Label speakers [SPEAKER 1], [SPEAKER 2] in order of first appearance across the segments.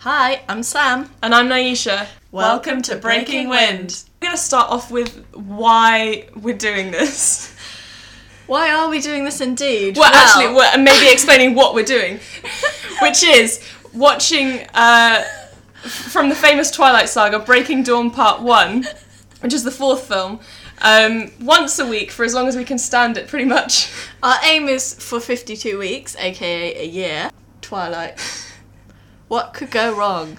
[SPEAKER 1] Hi, I'm Sam.
[SPEAKER 2] And I'm Naisha. Welcome, to Breaking Wind. We're going to start off with why we're doing this.
[SPEAKER 1] Why are we doing this indeed?
[SPEAKER 2] Well, actually, we're and maybe explaining what we're doing, which is watching uh, f- from the famous Twilight Saga Breaking Dawn Part 1, which is the fourth film, um, once a week for as long as we can stand it, pretty much.
[SPEAKER 1] our aim is for 52 weeks, aka a year. Twilight. What could go wrong?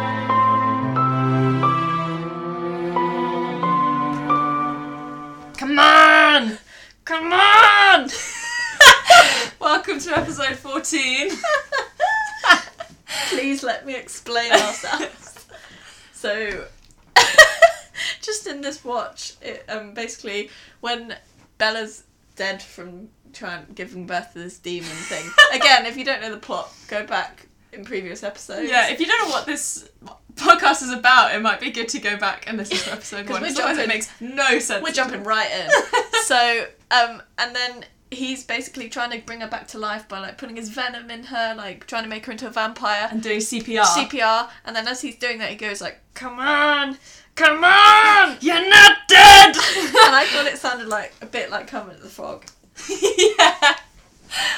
[SPEAKER 2] Come on! Come on! Welcome to episode 14.
[SPEAKER 1] Please let me explain ourselves. so, just in this watch, it, um, basically, when Bella's dead from trying giving birth to this demon thing. Again, if you don't know the plot, go back in previous episodes.
[SPEAKER 2] Yeah, if you don't know what this podcast is about, it might be good to go back and listen to episode
[SPEAKER 1] 'Cause
[SPEAKER 2] one.
[SPEAKER 1] we're
[SPEAKER 2] Otherwise, it
[SPEAKER 1] jumping-
[SPEAKER 2] makes no sense.
[SPEAKER 1] We're
[SPEAKER 2] to
[SPEAKER 1] jumping
[SPEAKER 2] me.
[SPEAKER 1] right in. so, um, and then he's basically trying to bring her back to life by like putting his venom in her, like trying to make her into a vampire.
[SPEAKER 2] and doing CPR.
[SPEAKER 1] CPR, and then as he's doing that, he goes like,
[SPEAKER 2] Come on, come on, you're not dead.
[SPEAKER 1] and I thought it sounded like a bit like Kermit the Frog.
[SPEAKER 2] yeah,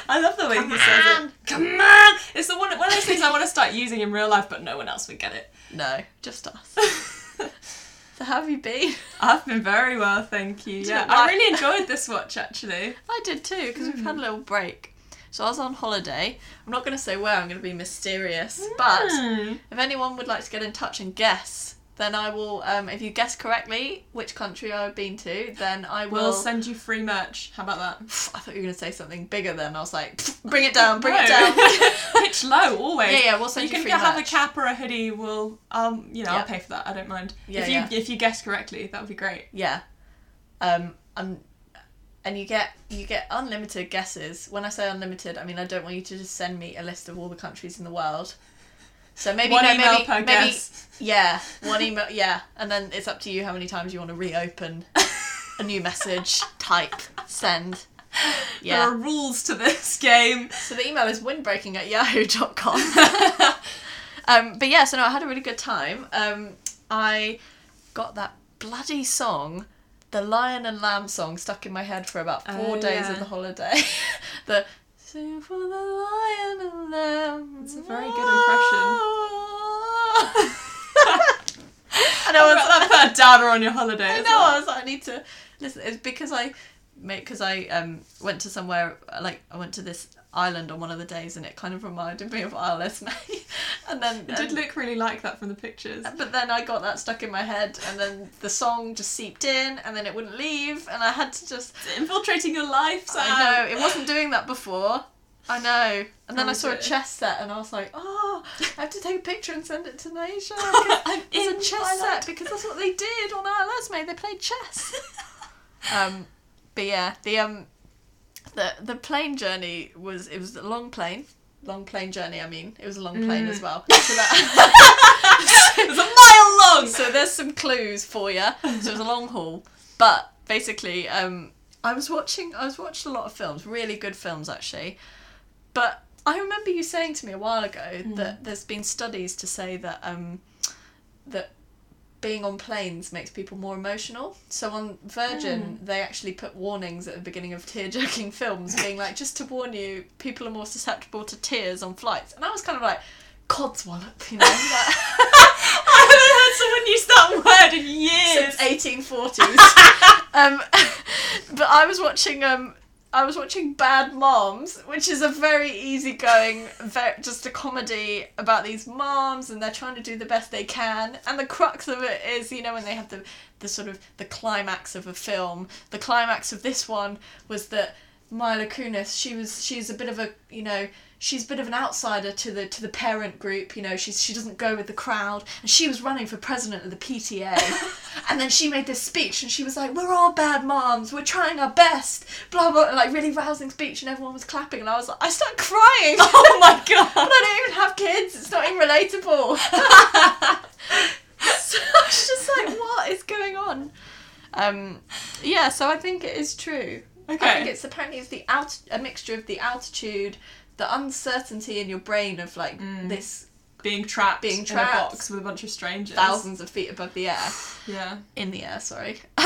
[SPEAKER 2] I love the way
[SPEAKER 1] Come
[SPEAKER 2] he says
[SPEAKER 1] on.
[SPEAKER 2] it. Come on, it's the one one of those things I want to start using in real life, but no one else would get it.
[SPEAKER 1] No, just us. So how have you been?
[SPEAKER 2] I've been very well, thank you. Yeah,
[SPEAKER 1] Didn't
[SPEAKER 2] I
[SPEAKER 1] like-
[SPEAKER 2] really enjoyed this watch actually.
[SPEAKER 1] I did too, because we've had a little break. So I was on holiday. I'm not going to say where. I'm going to be mysterious. But
[SPEAKER 2] Mm.
[SPEAKER 1] if anyone would like to get in touch and guess, then I will. Um, if you guess correctly which country I've been to, then I will.
[SPEAKER 2] we'll send you free merch. How about that?
[SPEAKER 1] I thought you were going to say something bigger. Then I was like, bring it down, bring it down.
[SPEAKER 2] down. Pitch low always.
[SPEAKER 1] yeah, yeah. We'll send
[SPEAKER 2] you
[SPEAKER 1] you,
[SPEAKER 2] can
[SPEAKER 1] free
[SPEAKER 2] go have a
[SPEAKER 1] merch.
[SPEAKER 2] cap or a hoodie. We'll, um, you know,
[SPEAKER 1] Yeah.
[SPEAKER 2] I'll pay for that. I don't mind.
[SPEAKER 1] Yeah,
[SPEAKER 2] if you
[SPEAKER 1] yeah.
[SPEAKER 2] if you guess correctly, that would be great.
[SPEAKER 1] Yeah. Um. I'm. And you get you get unlimited guesses. When I say unlimited, I mean I don't want you to just send me a list of all the countries in the world. So maybe
[SPEAKER 2] One
[SPEAKER 1] no,
[SPEAKER 2] email
[SPEAKER 1] maybe,
[SPEAKER 2] per
[SPEAKER 1] maybe
[SPEAKER 2] guess.
[SPEAKER 1] yeah, one email yeah, and then it's up to you how many times you want to reopen a new message, type, send.
[SPEAKER 2] There
[SPEAKER 1] Yeah.
[SPEAKER 2] are rules to this game.
[SPEAKER 1] So the email is windbreaking at yahoo.com. Um, but yeah, so no, I had a really good time. Um, I got that bloody song, the Lion and Lamb song, stuck in my head for about four
[SPEAKER 2] Oh,
[SPEAKER 1] days
[SPEAKER 2] yeah.
[SPEAKER 1] of the holiday. the Sing for the Lion and Lamb. It's
[SPEAKER 2] a very good impression.
[SPEAKER 1] and I was like,
[SPEAKER 2] I'll put a downer on your holiday.
[SPEAKER 1] I
[SPEAKER 2] as
[SPEAKER 1] know.
[SPEAKER 2] well.
[SPEAKER 1] I was like, I need to listen. It's because I make because I um went to somewhere like I went to this island on one of the days, and it kind of reminded me of Isle of May. and then um,
[SPEAKER 2] It did look really like that from the pictures.
[SPEAKER 1] but then I got that stuck in my head, and then the song just seeped in, and then it wouldn't leave, and I had to just.
[SPEAKER 2] Infiltrating your life, Sam.
[SPEAKER 1] I know it wasn't doing that before. I know, and then I saw a
[SPEAKER 2] Okay.
[SPEAKER 1] chess set, and I was like, "Oh, I have to take a picture and send it to Nasia."
[SPEAKER 2] I'm
[SPEAKER 1] It's
[SPEAKER 2] in
[SPEAKER 1] a chess
[SPEAKER 2] Twilight.
[SPEAKER 1] set because that's what they did on our last May. They played chess. um, but yeah, the um, the the plane journey was it was a long plane, long plane journey. I mean, it was a long plane as well. So that-
[SPEAKER 2] It's a mile long.
[SPEAKER 1] so there's some clues for you. So it was a long haul, but basically, um, I was watching. I was watched a lot of films, really good films actually. But I remember you saying to me a while ago that there's been studies to say that um, that being on planes makes people more emotional. So on Virgin, they actually put warnings at the beginning of tear-jerking films, being like, just to warn you, people are more susceptible to tears on flights. And I was kind of like, codswallop, you know. like-
[SPEAKER 2] I haven't heard someone use that word in years.
[SPEAKER 1] since 1840s. um, but I was watching um, I was watching Bad Moms, which is a very easygoing, very, just a comedy about these moms and they're trying to do the best they can. And the crux of it is, you know, when they have the the sort of the climax of a film. The climax of this one was that Mila Kunis, she was she's a bit of a you know she's a bit of an outsider to the to the parent group. You know she's she doesn't go with the crowd, and she was running for president of the PTA, and then she made this speech, and she was like, "We're all bad moms. We're trying our best." Blah blah, and, like really rousing speech, and everyone was clapping, and I was like, I started crying.
[SPEAKER 2] oh my god.
[SPEAKER 1] And I don't even have kids. It's not even relatable. so I was just like, what is going on? Um, yeah, so I think it is true. I think
[SPEAKER 2] Okay.
[SPEAKER 1] it's apparently it's the out a mixture of the altitude, the uncertainty in your brain of like
[SPEAKER 2] Mm.
[SPEAKER 1] this
[SPEAKER 2] Being trapped,
[SPEAKER 1] Being
[SPEAKER 2] in a
[SPEAKER 1] trapped.
[SPEAKER 2] box with a bunch of strangers.
[SPEAKER 1] thousands of feet above the air,
[SPEAKER 2] Yeah.
[SPEAKER 1] in the air, sorry.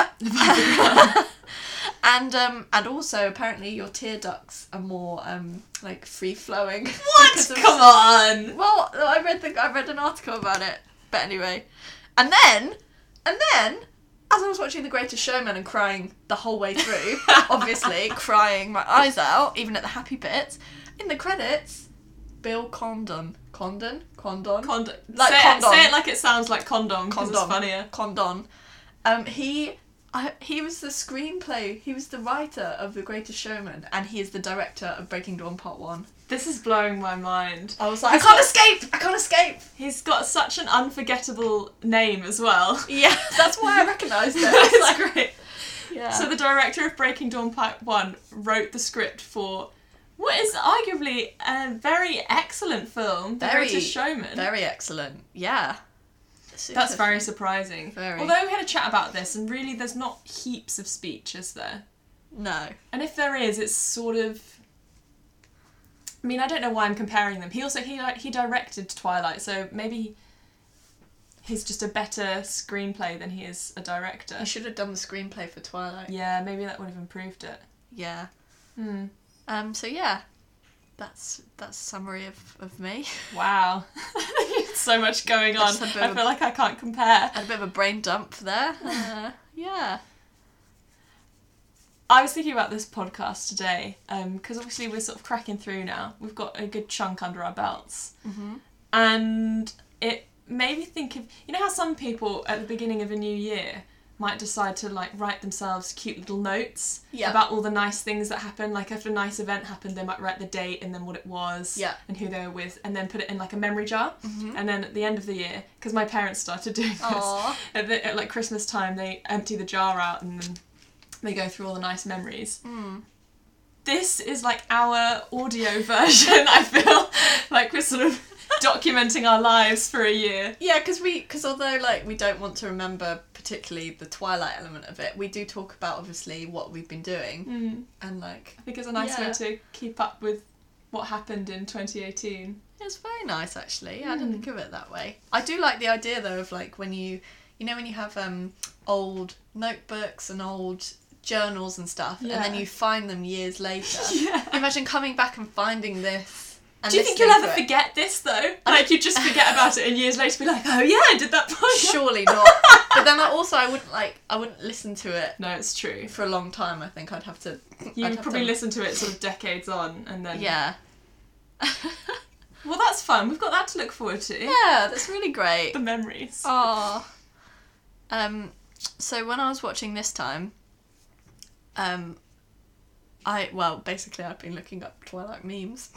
[SPEAKER 1] and um, and also apparently your tear ducts are more um, like free flowing.
[SPEAKER 2] What? Come on.
[SPEAKER 1] Well, I read the I read an article about it, but anyway, and then and then as I was watching The Greatest Showman and crying the whole way through, obviously crying my eyes out, even at the happy bits. In the credits, Bill Condon, Condon, Condon,
[SPEAKER 2] Condom.
[SPEAKER 1] Like
[SPEAKER 2] say,
[SPEAKER 1] condom.
[SPEAKER 2] It, say it like it sounds like condom. 'cause It's
[SPEAKER 1] Condom.
[SPEAKER 2] funnier.
[SPEAKER 1] Condon. Um, he. I, he was the screenplay. He was the writer of The Greatest Showman, and he is the director of Breaking Dawn Part One.
[SPEAKER 2] This is blowing my mind.
[SPEAKER 1] I was like, I
[SPEAKER 2] He's
[SPEAKER 1] can't
[SPEAKER 2] got-
[SPEAKER 1] escape! I can't escape!
[SPEAKER 2] He's got such an unforgettable name as well.
[SPEAKER 1] Yeah, that's why I recognised it. I was
[SPEAKER 2] That's
[SPEAKER 1] like,
[SPEAKER 2] great.
[SPEAKER 1] yeah.
[SPEAKER 2] So the director of Breaking Dawn Part One wrote the script for what is arguably a very excellent film, The
[SPEAKER 1] Very,
[SPEAKER 2] Greatest Showman.
[SPEAKER 1] Very excellent. Yeah.
[SPEAKER 2] That's very surprising.
[SPEAKER 1] Very.
[SPEAKER 2] Although we had a chat about this, and really, there's not heaps of speech, is there?
[SPEAKER 1] No.
[SPEAKER 2] And if there is, it's sort of. I mean, I don't know why I'm comparing them. He also he like he directed Twilight, so maybe he's just a better screenplay than he is a director.
[SPEAKER 1] I should have done the screenplay for Twilight.
[SPEAKER 2] Yeah, maybe that would have improved it.
[SPEAKER 1] Yeah.
[SPEAKER 2] Hmm.
[SPEAKER 1] Um. So yeah, that's that's summary of of me.
[SPEAKER 2] Wow. so much going on.
[SPEAKER 1] That's a bit
[SPEAKER 2] I
[SPEAKER 1] of-
[SPEAKER 2] feel like I can't compare.
[SPEAKER 1] Had a bit of a brain dump there. Uh, yeah.
[SPEAKER 2] I was thinking about this podcast today because obviously we're sort of cracking through now. We've got a good chunk under our belts.
[SPEAKER 1] Mhm.
[SPEAKER 2] And it made me think of you know how some people at the beginning of a new year might decide to like write themselves cute little notes
[SPEAKER 1] Yeah.
[SPEAKER 2] about all the nice things that happened like if a nice event happened they might write the date and then what it was
[SPEAKER 1] Yeah. Mm-hmm.
[SPEAKER 2] and who they were with and then put it in like a memory jar and then at the end of the year because my parents started doing this
[SPEAKER 1] Aw.
[SPEAKER 2] at, the, at like Christmas time, they empty the jar out and then they go through all the nice memories.
[SPEAKER 1] Hmm.
[SPEAKER 2] This is like our audio version. I feel like we're sort of documenting our lives for a year.
[SPEAKER 1] Yeah, because we because although like we don't want to remember particularly the Twilight element of it, we do talk about obviously what we've been doing
[SPEAKER 2] Mm.
[SPEAKER 1] and like
[SPEAKER 2] I think it's a nice
[SPEAKER 1] Hmm. Yeah.
[SPEAKER 2] way to keep up with what happened in 2018.
[SPEAKER 1] It's very nice actually. Yeah, I
[SPEAKER 2] Hmm.
[SPEAKER 1] didn't think of it that way. I do like the idea though of like when you you know when you have um old notebooks and old journals and stuff and then
[SPEAKER 2] Yeah.
[SPEAKER 1] you find them years later.
[SPEAKER 2] Yeah.
[SPEAKER 1] Imagine coming back and finding this. And
[SPEAKER 2] Do you think
[SPEAKER 1] listening
[SPEAKER 2] you'll ever
[SPEAKER 1] to it.
[SPEAKER 2] forget this though? Like you just forget about it and years later be like, oh yeah, I did that podcast.
[SPEAKER 1] Surely not. but then I also I wouldn't like I wouldn't listen to it
[SPEAKER 2] No, it's true.
[SPEAKER 1] for a long time. I think I'd have to
[SPEAKER 2] You
[SPEAKER 1] I'd have
[SPEAKER 2] probably
[SPEAKER 1] to-
[SPEAKER 2] listen to it sort of decades on and then.
[SPEAKER 1] Yeah.
[SPEAKER 2] Well, that's fun. We've got that to look forward to.
[SPEAKER 1] yeah, that's really great.
[SPEAKER 2] The memories.
[SPEAKER 1] Oh. Um, so when I was watching this time, um, I well basically I've been looking up Twilight memes.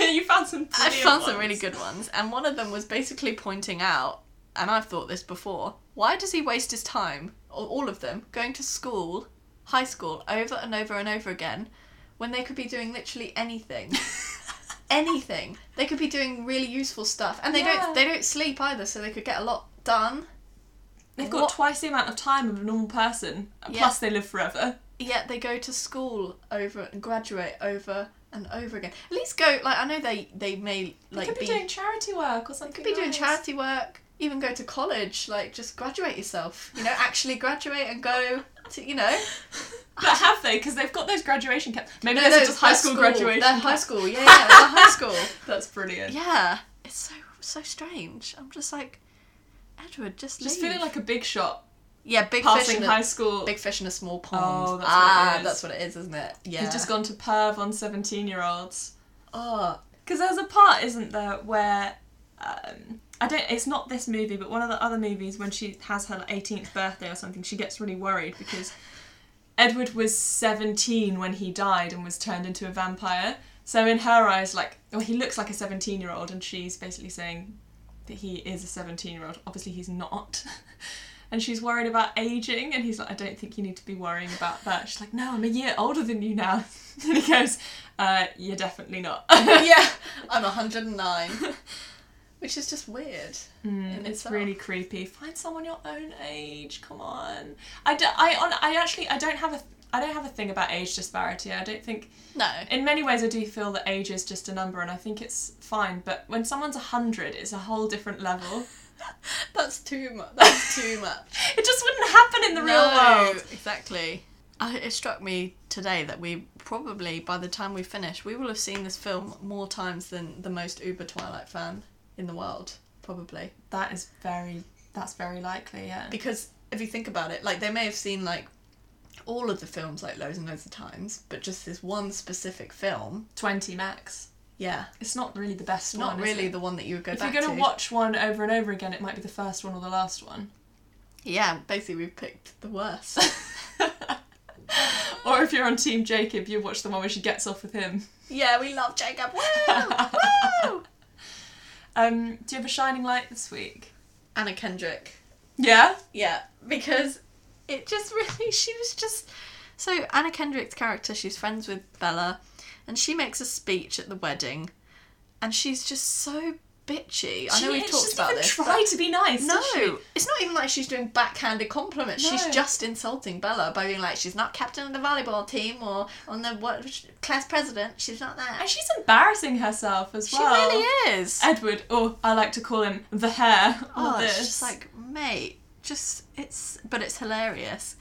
[SPEAKER 2] you found some.
[SPEAKER 1] I
[SPEAKER 2] brilliant
[SPEAKER 1] found some
[SPEAKER 2] ones.
[SPEAKER 1] really good ones, and one of them was basically pointing out, and I've thought this before. Why does he waste his time, or all of them, going to school, high school, over and over and over again, when they could be doing literally anything? anything. They could be doing really useful stuff, and they
[SPEAKER 2] Yeah.
[SPEAKER 1] don't they don't sleep either, so they could get a lot done.
[SPEAKER 2] They've got
[SPEAKER 1] What-
[SPEAKER 2] twice the amount of time of a normal person.
[SPEAKER 1] Yeah.
[SPEAKER 2] Plus, they live forever.
[SPEAKER 1] yet they go to school over and graduate over and over again. At least go like I know they they may
[SPEAKER 2] They
[SPEAKER 1] like
[SPEAKER 2] could be, doing charity work or something.
[SPEAKER 1] could be doing
[SPEAKER 2] nice.
[SPEAKER 1] charity work, even go to college, like just graduate yourself. You know, actually graduate and go to you know
[SPEAKER 2] But have they? Because they've got those graduation camps. Maybe
[SPEAKER 1] No,
[SPEAKER 2] those
[SPEAKER 1] no,
[SPEAKER 2] are just high
[SPEAKER 1] that's
[SPEAKER 2] school,
[SPEAKER 1] school.
[SPEAKER 2] graduation.
[SPEAKER 1] They're high
[SPEAKER 2] camps.
[SPEAKER 1] school, yeah, yeah, they're high school.
[SPEAKER 2] That's brilliant.
[SPEAKER 1] Yeah. It's so so strange. I'm just like Edward, just
[SPEAKER 2] Just
[SPEAKER 1] leave.
[SPEAKER 2] feeling like a big shot
[SPEAKER 1] yeah, big fish
[SPEAKER 2] passing
[SPEAKER 1] in
[SPEAKER 2] high
[SPEAKER 1] a,
[SPEAKER 2] school.
[SPEAKER 1] big fish in a small pond.
[SPEAKER 2] Oh, that's what it
[SPEAKER 1] ah,
[SPEAKER 2] is.
[SPEAKER 1] that's what it is, isn't it? Yeah.
[SPEAKER 2] He's just gone to perv on seventeen-year-olds.
[SPEAKER 1] oh,
[SPEAKER 2] Because there's a part, isn't there, where um, I don't. It's not this movie, but one of the other movies when she has her eighteenth birthday or something, she gets really worried because Edward was seventeen when he died and was turned into a vampire. So in her eyes, like, well, he looks like a seventeen-year-old, and she's basically saying that he is a seventeen-year-old. Obviously, he's not. And she's worried about aging, and he's like, I don't think you need to be worrying about that. She's like, No, I'm a year older than you now. and he goes, uh, You're definitely not.
[SPEAKER 1] yeah. I'm 109. which is just weird.
[SPEAKER 2] Mm,
[SPEAKER 1] in
[SPEAKER 2] it's
[SPEAKER 1] itself.
[SPEAKER 2] really creepy. Find someone your own age. Come on. I, do, I, on, I actually I don't have a I don't have a thing about age disparity. I don't think
[SPEAKER 1] No.
[SPEAKER 2] in many ways I do feel that age is just a number and I think it's fine. But when someone's hundred, it's a whole different level.
[SPEAKER 1] That's too much. That's too much.
[SPEAKER 2] It just wouldn't happen in the
[SPEAKER 1] No,
[SPEAKER 2] real world.
[SPEAKER 1] Exactly. I, it struck me today that we probably, by the time we finish, we will have seen this film more times than the most uber Twilight fan in the world, probably.
[SPEAKER 2] That is very that's very likely. Yeah.
[SPEAKER 1] Because if you think about it, like they may have seen like all of the films like loads and loads of times, but just this one specific film,
[SPEAKER 2] Twenty max.
[SPEAKER 1] yeah,
[SPEAKER 2] It's not really the best
[SPEAKER 1] it's not
[SPEAKER 2] one. is
[SPEAKER 1] really
[SPEAKER 2] it?
[SPEAKER 1] the one that you would go
[SPEAKER 2] If you're
[SPEAKER 1] back
[SPEAKER 2] gonna
[SPEAKER 1] to.
[SPEAKER 2] watch one over and over again, it might be the first one or the last one.
[SPEAKER 1] yeah, basically we've picked the worst.
[SPEAKER 2] Or if you're on Team Jacob, you watch the one where she gets off with him.
[SPEAKER 1] yeah, we love Jacob. Woo! Woo!
[SPEAKER 2] Um, do you have a shining light this week?
[SPEAKER 1] Anna Kendrick.
[SPEAKER 2] Yeah.
[SPEAKER 1] Yeah, because it just really, she was just. So, Anna Kendrick's character, she's friends with Bella, and she makes a speech at the wedding, and she's just so bitchy. I know we've talked about this. but-
[SPEAKER 2] Try to be nice.
[SPEAKER 1] no,
[SPEAKER 2] does she?
[SPEAKER 1] it's not even like she's doing backhanded compliments. She's
[SPEAKER 2] No.
[SPEAKER 1] just insulting Bella by being like, she's not captain of the volleyball team or on the what class president. She's not that.
[SPEAKER 2] And she's embarrassing herself as
[SPEAKER 1] She
[SPEAKER 2] well.
[SPEAKER 1] really is.
[SPEAKER 2] Edward, or I like to call him the hair. All
[SPEAKER 1] oh,
[SPEAKER 2] this.
[SPEAKER 1] it's just like, mate, just it's, but it's hilarious.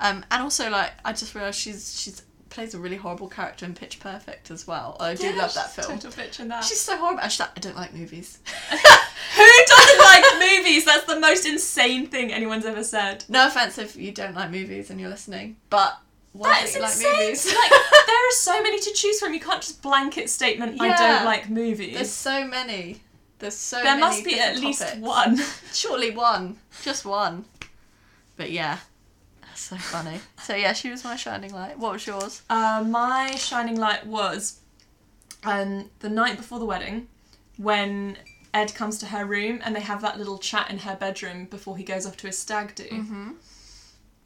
[SPEAKER 1] Um, and also like, I just realized she's she's plays a really horrible character in Pitch Perfect as well. I do
[SPEAKER 2] Yeah,
[SPEAKER 1] love that
[SPEAKER 2] she's a
[SPEAKER 1] film.
[SPEAKER 2] Total bitch in that.
[SPEAKER 1] She's so horrible. And she's like, I don't like movies.
[SPEAKER 2] Who doesn't like movies? That's the most insane thing anyone's ever said.
[SPEAKER 1] No offense if you don't like movies and you're listening, but why
[SPEAKER 2] That is
[SPEAKER 1] don't you
[SPEAKER 2] insane.
[SPEAKER 1] like movies?
[SPEAKER 2] like there are so many to choose from. You can't just blanket statement. I
[SPEAKER 1] Yeah.
[SPEAKER 2] don't like movies.
[SPEAKER 1] There's so many. There's so
[SPEAKER 2] there
[SPEAKER 1] many
[SPEAKER 2] must be at
[SPEAKER 1] different
[SPEAKER 2] least
[SPEAKER 1] topics.
[SPEAKER 2] one.
[SPEAKER 1] Surely one. Just one. But yeah. That's so funny. so yeah, she was my shining light. What was yours?
[SPEAKER 2] Uh, my shining light was um, the night before the wedding when Ed comes to her room and they have that little chat in her bedroom before he goes off to his stag do.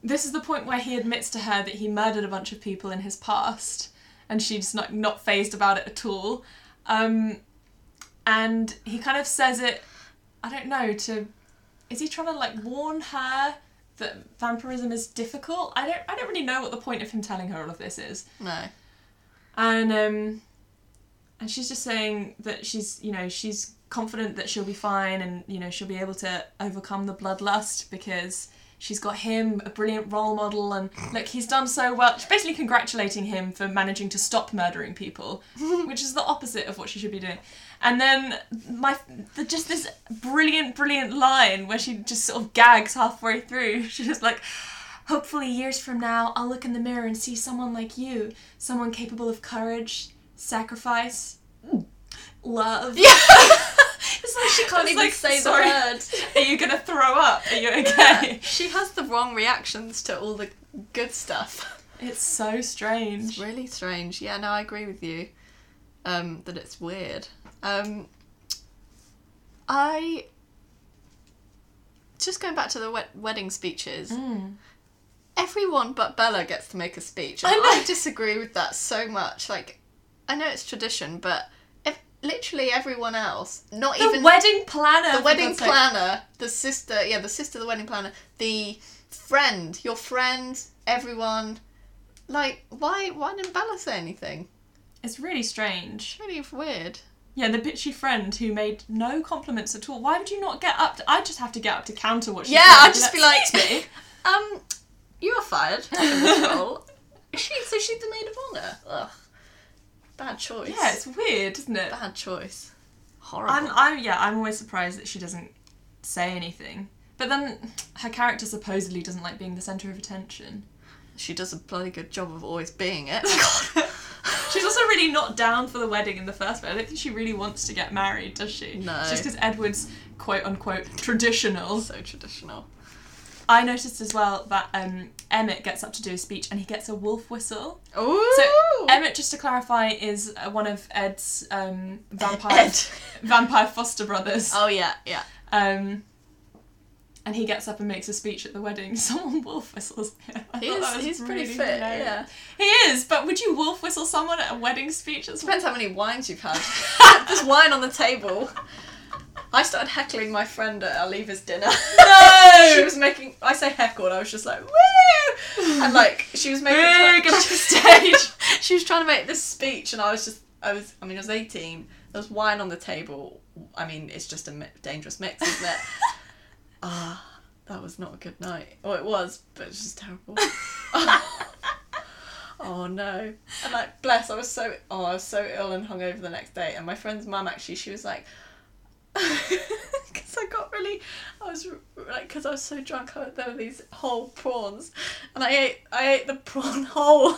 [SPEAKER 2] This is the point where he admits to her that he murdered a bunch of people in his past and she's not, not phased about it at all. Um, and he kind of says it, I don't know, to. Is he trying to like warn her? That vampirism is difficult. I don't. I don't really know what the point of him telling her all of this is
[SPEAKER 1] No.
[SPEAKER 2] and um, and she's just saying that she's you know she's confident that she'll be fine and you know she'll be able to overcome the bloodlust because she's got him a brilliant role model and look he's done so well she's basically congratulating him for managing to stop murdering people which is the opposite of what she should be doing and then my the, just this brilliant brilliant line where she just sort of gags halfway through she's just like Hopefully, years from now, I'll look in the mirror and see someone like you. Someone capable of courage, sacrifice, love.
[SPEAKER 1] Yeah. it's like she can't
[SPEAKER 2] It's
[SPEAKER 1] even
[SPEAKER 2] like,
[SPEAKER 1] say
[SPEAKER 2] sorry.
[SPEAKER 1] the word.
[SPEAKER 2] Are you gonna throw up? Are you okay?
[SPEAKER 1] She has the wrong reactions to all the good stuff.
[SPEAKER 2] It's so
[SPEAKER 1] It's
[SPEAKER 2] strange.
[SPEAKER 1] really strange. Yeah, no, I agree with you. Um, that it's weird. Um, I just going back to the wed- wedding speeches.
[SPEAKER 2] Mm.
[SPEAKER 1] Everyone but Bella gets to make a speech.
[SPEAKER 2] I
[SPEAKER 1] And
[SPEAKER 2] know.
[SPEAKER 1] I disagree with that so much. Like, I know it's tradition, but if literally everyone else, not
[SPEAKER 2] The
[SPEAKER 1] even
[SPEAKER 2] wedding planner.
[SPEAKER 1] the
[SPEAKER 2] for
[SPEAKER 1] wedding
[SPEAKER 2] God's sake.
[SPEAKER 1] planner, the sister, yeah, the sister, the wedding planner, the friend, your friend, everyone. Like, why? Why didn't Bella say anything?
[SPEAKER 2] It's really strange.
[SPEAKER 1] It's really weird.
[SPEAKER 2] Yeah, the bitchy friend who made no compliments at all. Why would you not get up? To, I just have to get up to counter what she
[SPEAKER 1] Yeah,
[SPEAKER 2] said and
[SPEAKER 1] I'd just be like-
[SPEAKER 2] "Excuse me."
[SPEAKER 1] Um, you are fired from this role. She, so she's the maid of honor. Ugh, bad choice.
[SPEAKER 2] yeah, it's weird, isn't it?
[SPEAKER 1] bad choice. Horrible.
[SPEAKER 2] I'm, I'm, yeah, I'm always surprised that she doesn't say anything. But then her character supposedly doesn't like being the centre of attention.
[SPEAKER 1] she does a bloody good job of always being it. God.
[SPEAKER 2] She's also really not down for the wedding in the first place. I don't think she really wants to get married, does she?
[SPEAKER 1] No.
[SPEAKER 2] It's just because Edward's quote unquote traditional.
[SPEAKER 1] so traditional.
[SPEAKER 2] I noticed as well that um, Emmett gets up to do a speech and he gets a wolf whistle.
[SPEAKER 1] Ooh.
[SPEAKER 2] So Emmett, just to clarify, is uh, one of Ed's um, vampire
[SPEAKER 1] Ed.
[SPEAKER 2] vampire foster brothers.
[SPEAKER 1] Oh yeah, yeah.
[SPEAKER 2] Um, and he gets up and makes a speech at the wedding. Someone wolf whistles him. I thought that
[SPEAKER 1] He's
[SPEAKER 2] was
[SPEAKER 1] he's pretty
[SPEAKER 2] really
[SPEAKER 1] fit.
[SPEAKER 2] hilarious.
[SPEAKER 1] Yeah.
[SPEAKER 2] He is, but would you wolf whistle someone at a wedding speech? It's
[SPEAKER 1] Depends how many wines you've had. There's wine on the table. I started heckling my friend at our leavers dinner.
[SPEAKER 2] No!
[SPEAKER 1] she was making. I say heckled. I was just like woo, and like she was making.
[SPEAKER 2] Woo, get off the stage.
[SPEAKER 1] she was trying to make this speech, and I was just. I was. I mean, I was eighteen. There was wine on the table. I mean, it's just a mi- dangerous mix, isn't it? Ah, that was not a good night. Well, it was, but it was just terrible. Oh no. And like bless, I was so oh, I was so ill and hungover the next day and my friend's mum actually she was like because I got really I was r- like because I was so drunk I, there were these whole prawns and I ate I ate the prawn whole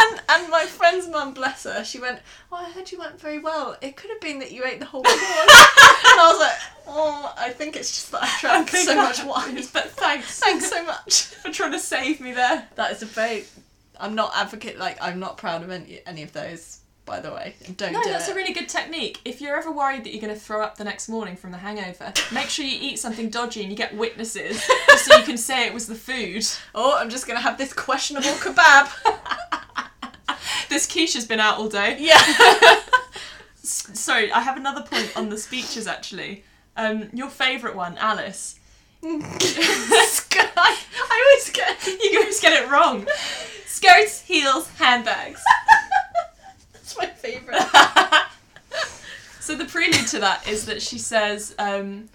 [SPEAKER 1] and and my friend's mum bless her she went oh I heard you went very well it could have been that you ate the whole prawn and I was like oh I think it's just that I
[SPEAKER 2] I
[SPEAKER 1] drank
[SPEAKER 2] think
[SPEAKER 1] so
[SPEAKER 2] that
[SPEAKER 1] much wine
[SPEAKER 2] is, But thanks.
[SPEAKER 1] thanks so much
[SPEAKER 2] for trying to save me there.
[SPEAKER 1] That is a very. I'm not advocate. Like I'm not proud of any, any of those. By the way, don't
[SPEAKER 2] No,
[SPEAKER 1] do
[SPEAKER 2] that's
[SPEAKER 1] it.
[SPEAKER 2] a really good technique. If you're ever worried that you're going to throw up the next morning from the hangover, make sure you eat something dodgy and you get witnesses just so you can say it was the food.
[SPEAKER 1] oh, I'm just gonna have this questionable kebab.
[SPEAKER 2] This quiche has been out all day.
[SPEAKER 1] yeah.
[SPEAKER 2] S- Sorry, I have another point on the speeches actually. Um, your favourite one, Alice.
[SPEAKER 1] Sky. I always get.
[SPEAKER 2] You guys get it wrong. Skirts, heels, handbags.
[SPEAKER 1] That's my favorite.
[SPEAKER 2] So the prelude to that is that she says, um,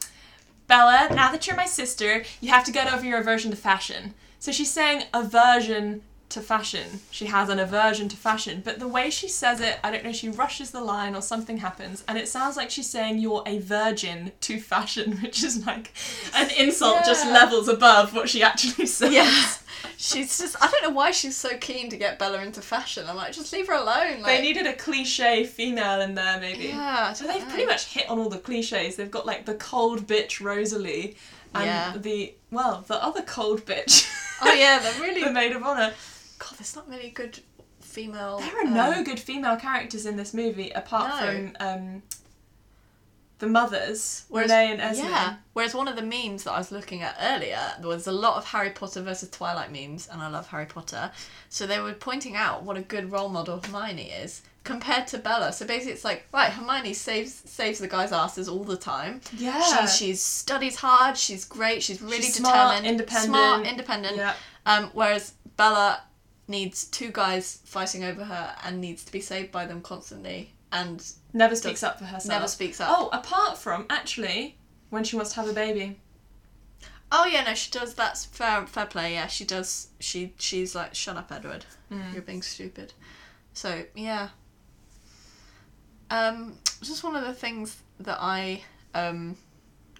[SPEAKER 2] Bella, now that you're my sister, you have to get over your aversion to fashion. So she's saying aversion to fashion. She has an aversion to fashion. But the way she says it, I don't know, she rushes the line or something happens, and it sounds like she's saying you're a virgin to fashion, which is like an insult just
[SPEAKER 1] Yeah.
[SPEAKER 2] levels above what she actually says.
[SPEAKER 1] Yeah. She's just. I don't know why she's so keen to get Bella into fashion. I'm like, just leave her alone. Like,
[SPEAKER 2] They needed a cliche female in there, maybe.
[SPEAKER 1] Yeah. I
[SPEAKER 2] So
[SPEAKER 1] don't
[SPEAKER 2] they've
[SPEAKER 1] know.
[SPEAKER 2] pretty much hit on all the cliches. They've got like the cold bitch Rosalie and
[SPEAKER 1] Yeah.
[SPEAKER 2] the well, the other cold bitch,
[SPEAKER 1] Oh yeah, they're really.
[SPEAKER 2] the maid of honor.
[SPEAKER 1] God, there's not many good female.
[SPEAKER 2] There are
[SPEAKER 1] um,
[SPEAKER 2] no good female characters in this movie apart
[SPEAKER 1] No.
[SPEAKER 2] from um, the mothers,
[SPEAKER 1] Whereas-
[SPEAKER 2] Renee and Esme.
[SPEAKER 1] Yeah. Whereas one of the memes that I was looking at earlier, there was a lot of Harry Potter versus Twilight memes, and I love Harry Potter. So they were pointing out what a good role model Hermione is compared to Bella. So basically, it's like right, Hermione saves saves the guys' asses all the time.
[SPEAKER 2] Yeah.
[SPEAKER 1] She she studies hard. She's great. She's really
[SPEAKER 2] She's smart,
[SPEAKER 1] determined,
[SPEAKER 2] independent.
[SPEAKER 1] smart, independent.
[SPEAKER 2] Yeah.
[SPEAKER 1] Um, whereas Bella needs two guys fighting over her and needs to be saved by them constantly and
[SPEAKER 2] Never speaks up for herself.
[SPEAKER 1] never speaks up.
[SPEAKER 2] Oh, apart from actually when she wants to have a baby.
[SPEAKER 1] Oh yeah, no, she does. That's fair, fair play. Yeah, she does. She she's like, shut up, Edward. You're being stupid. So yeah. Um, just one of the things that I um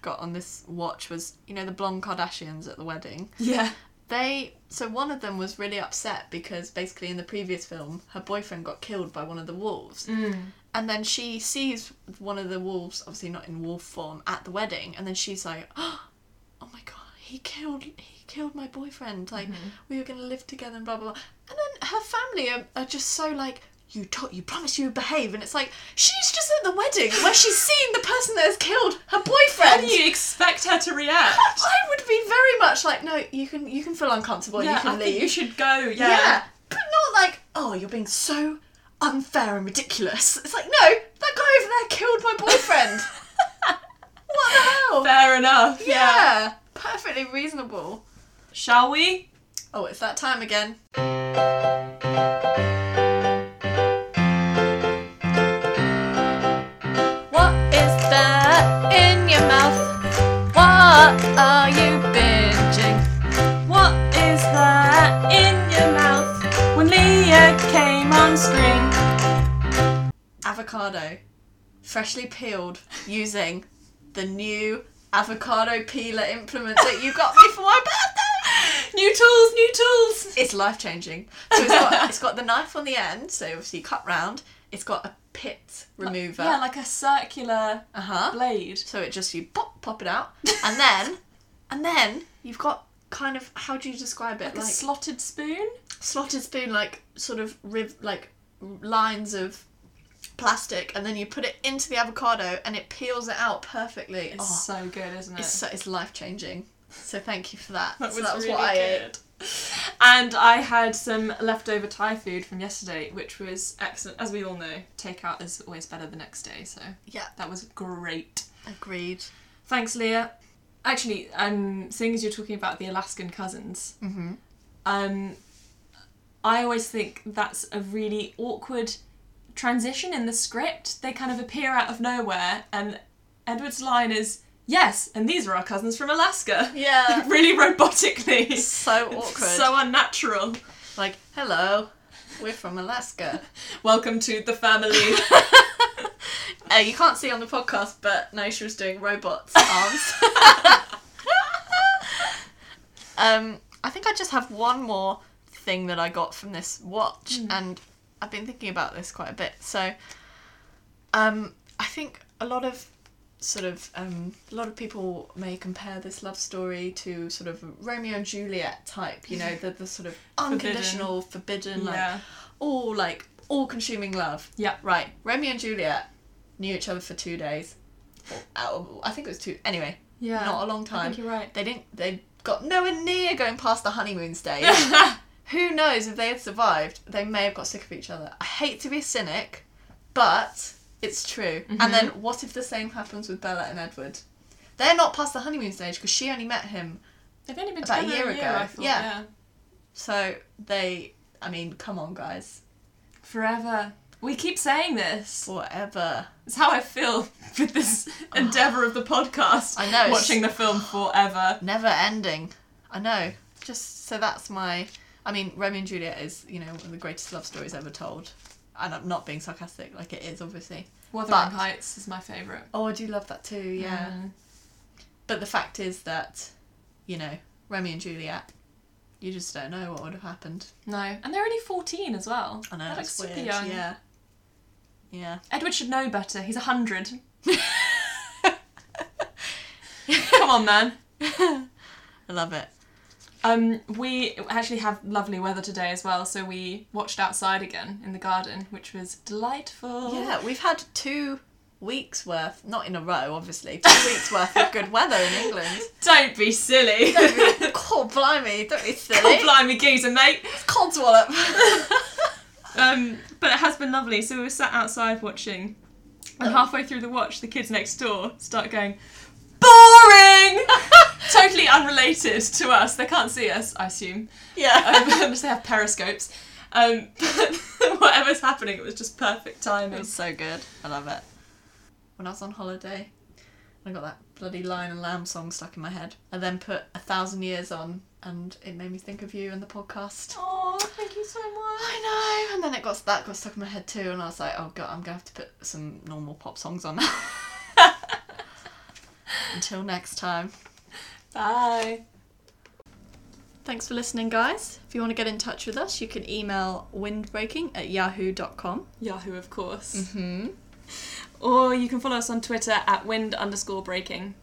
[SPEAKER 1] got on this watch was you know the blonde Kardashians at the wedding.
[SPEAKER 2] Yeah.
[SPEAKER 1] They so one of them was really upset because basically in the previous film her boyfriend got killed by one of the wolves.
[SPEAKER 2] Mm.
[SPEAKER 1] And then she sees one of the wolves, obviously not in wolf form, at the wedding, and then she's like, "Oh my god, he killed he killed my boyfriend. Like
[SPEAKER 2] Mm-hmm.
[SPEAKER 1] we were gonna live together and blah blah." blah. And then her family are, are just so like, "You to- you promise you would behave," and it's like she's just at the wedding where she's seen the person that has killed her
[SPEAKER 2] How
[SPEAKER 1] boyfriend.
[SPEAKER 2] do you expect her to react?
[SPEAKER 1] I would be very much like, "No, you can you can feel uncomfortable.
[SPEAKER 2] yeah,
[SPEAKER 1] you can
[SPEAKER 2] I
[SPEAKER 1] leave."
[SPEAKER 2] think you should go.
[SPEAKER 1] Yeah. But not like, oh, you're being so unfair and ridiculous. It's like, no, that guy over there killed my boyfriend. what the hell?
[SPEAKER 2] Fair enough.
[SPEAKER 1] yeah. Perfectly reasonable.
[SPEAKER 2] Shall we?
[SPEAKER 1] Oh, it's that time again. What is that in your mouth? What are you binging?
[SPEAKER 2] What is that in your mouth? When Leah came on screen.
[SPEAKER 1] avocado, freshly peeled, using the new avocado peeler implement that you got me for my birthday.
[SPEAKER 2] New tools, new tools.
[SPEAKER 1] It's life changing. So it's got, it's got the knife on the end, so obviously you cut round. It's got a pit remover.
[SPEAKER 2] Yeah, like a circular
[SPEAKER 1] uh huh.
[SPEAKER 2] blade.
[SPEAKER 1] So it just you pop pop it out, and then and then you've got kind of how do you describe it
[SPEAKER 2] Like a slotted spoon.
[SPEAKER 1] slotted spoon like sort of riv- like lines of plastic and then you put it into the avocado and it peels it out perfectly
[SPEAKER 2] It's
[SPEAKER 1] oh,
[SPEAKER 2] so good, isn't it?
[SPEAKER 1] it's, so, it's life changing so thank you for that
[SPEAKER 2] that
[SPEAKER 1] So
[SPEAKER 2] was,
[SPEAKER 1] that was
[SPEAKER 2] really
[SPEAKER 1] what i ate
[SPEAKER 2] good. And I had some leftover Thai food from yesterday, which was excellent. As we all know, takeout is always better the next day, so
[SPEAKER 1] Yeah,
[SPEAKER 2] that was great.
[SPEAKER 1] agreed.
[SPEAKER 2] Thanks, Leah. Actually, um, seeing as you're talking about the Alaskan cousins,
[SPEAKER 1] Mm-hmm.
[SPEAKER 2] um, I always think that's a really awkward transition in the script. They kind of appear out of nowhere, and Edward's line is, "Yes, and these are our cousins from Alaska."
[SPEAKER 1] Yeah.
[SPEAKER 2] really robotically.
[SPEAKER 1] so awkward.
[SPEAKER 2] So unnatural.
[SPEAKER 1] like, hello, we're from Alaska.
[SPEAKER 2] Welcome to the family.
[SPEAKER 1] Uh, you can't see on the podcast, but no, she was doing robots arms. um, I think I just have one more thing that I got from this watch, and I've been thinking about this quite a bit. So, um, I think a lot of sort of um, a lot of people may compare this love story to sort of Romeo and Juliet type, you know, the the sort of unconditional, forbidden, like
[SPEAKER 2] yeah.
[SPEAKER 1] all like all consuming love.
[SPEAKER 2] Yeah.
[SPEAKER 1] Right. Romeo and Juliet knew each other for two days. Or- I think it was two. Anyway,
[SPEAKER 2] Yeah.
[SPEAKER 1] not a long
[SPEAKER 2] I
[SPEAKER 1] time.
[SPEAKER 2] think you're right.
[SPEAKER 1] They didn't. They got nowhere near going past the honeymoon stage. Who knows if they had survived? They may have got sick of each other. I hate to be a cynic, but it's true.
[SPEAKER 2] Mm-hmm.
[SPEAKER 1] And then what if the same happens with Bella and Edward? They're not past the honeymoon stage because she only met him.
[SPEAKER 2] They've only been
[SPEAKER 1] About a
[SPEAKER 2] together
[SPEAKER 1] year ago.
[SPEAKER 2] I thought.
[SPEAKER 1] Yeah.
[SPEAKER 2] yeah.
[SPEAKER 1] So they. I mean, come on, guys.
[SPEAKER 2] Forever. We keep saying this.
[SPEAKER 1] Whatever.
[SPEAKER 2] It's how I feel with this endeavour of the podcast.
[SPEAKER 1] I know, it's-
[SPEAKER 2] Watching the film forever.
[SPEAKER 1] never ending. I know. Just so that's my. I mean, Romeo and Juliet is you know one of the greatest love stories ever told, and I'm not being sarcastic. Like it is obviously.
[SPEAKER 2] Wuthering
[SPEAKER 1] But-
[SPEAKER 2] Heights is my favourite.
[SPEAKER 1] Oh, I do love that too. Yeah.
[SPEAKER 2] Mm.
[SPEAKER 1] But the fact is that, you know, Romeo and Juliet. You just don't know what would have happened.
[SPEAKER 2] No. And they're only 14 as well.
[SPEAKER 1] I know.
[SPEAKER 2] That looks
[SPEAKER 1] it's
[SPEAKER 2] super
[SPEAKER 1] weird.
[SPEAKER 2] young.
[SPEAKER 1] Yeah. Yeah.
[SPEAKER 2] Edward should know better. He's 100. Come on, man.
[SPEAKER 1] I love it.
[SPEAKER 2] Um, we actually have lovely weather today as well, so we watched outside again in the garden, which was delightful.
[SPEAKER 1] Yeah, we've had two weeks worth, not in a row, obviously, two weeks worth of good weather in England.
[SPEAKER 2] Don't be silly.
[SPEAKER 1] God blimey, don't be silly.
[SPEAKER 2] God blimey geezer, mate.
[SPEAKER 1] Codswallop.
[SPEAKER 2] Um, but it has been lovely. So we were sat outside watching, and halfway through the watch, the kids next door start going, boring. totally unrelated to us. They can't see us, I assume.
[SPEAKER 1] yeah.
[SPEAKER 2] Um, unless they have periscopes. Um, but whatever's happening, it was just perfect timing.
[SPEAKER 1] It's so good. I love it. When I was on holiday, I got that bloody Lion and Lamb song stuck in my head. I then put A Thousand Years on, and it made me think of you and the podcast.
[SPEAKER 2] Oh, thank you so much.
[SPEAKER 1] I know, and then it got that got stuck in my head too, and I was like, oh god, I'm gonna have to put some normal pop songs on now. Until next time.
[SPEAKER 2] Bye.
[SPEAKER 1] Thanks for listening, guys. If you want to get in touch with us, you can email windbreaking at yahoo.com.
[SPEAKER 2] Yahoo, of course.
[SPEAKER 1] Mm-hmm.
[SPEAKER 2] Or you can follow us on Twitter at wind underscore breaking.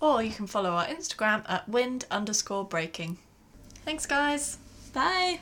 [SPEAKER 1] Or you can follow our Instagram at wind underscore breaking. Thanks, guys.
[SPEAKER 2] Bye.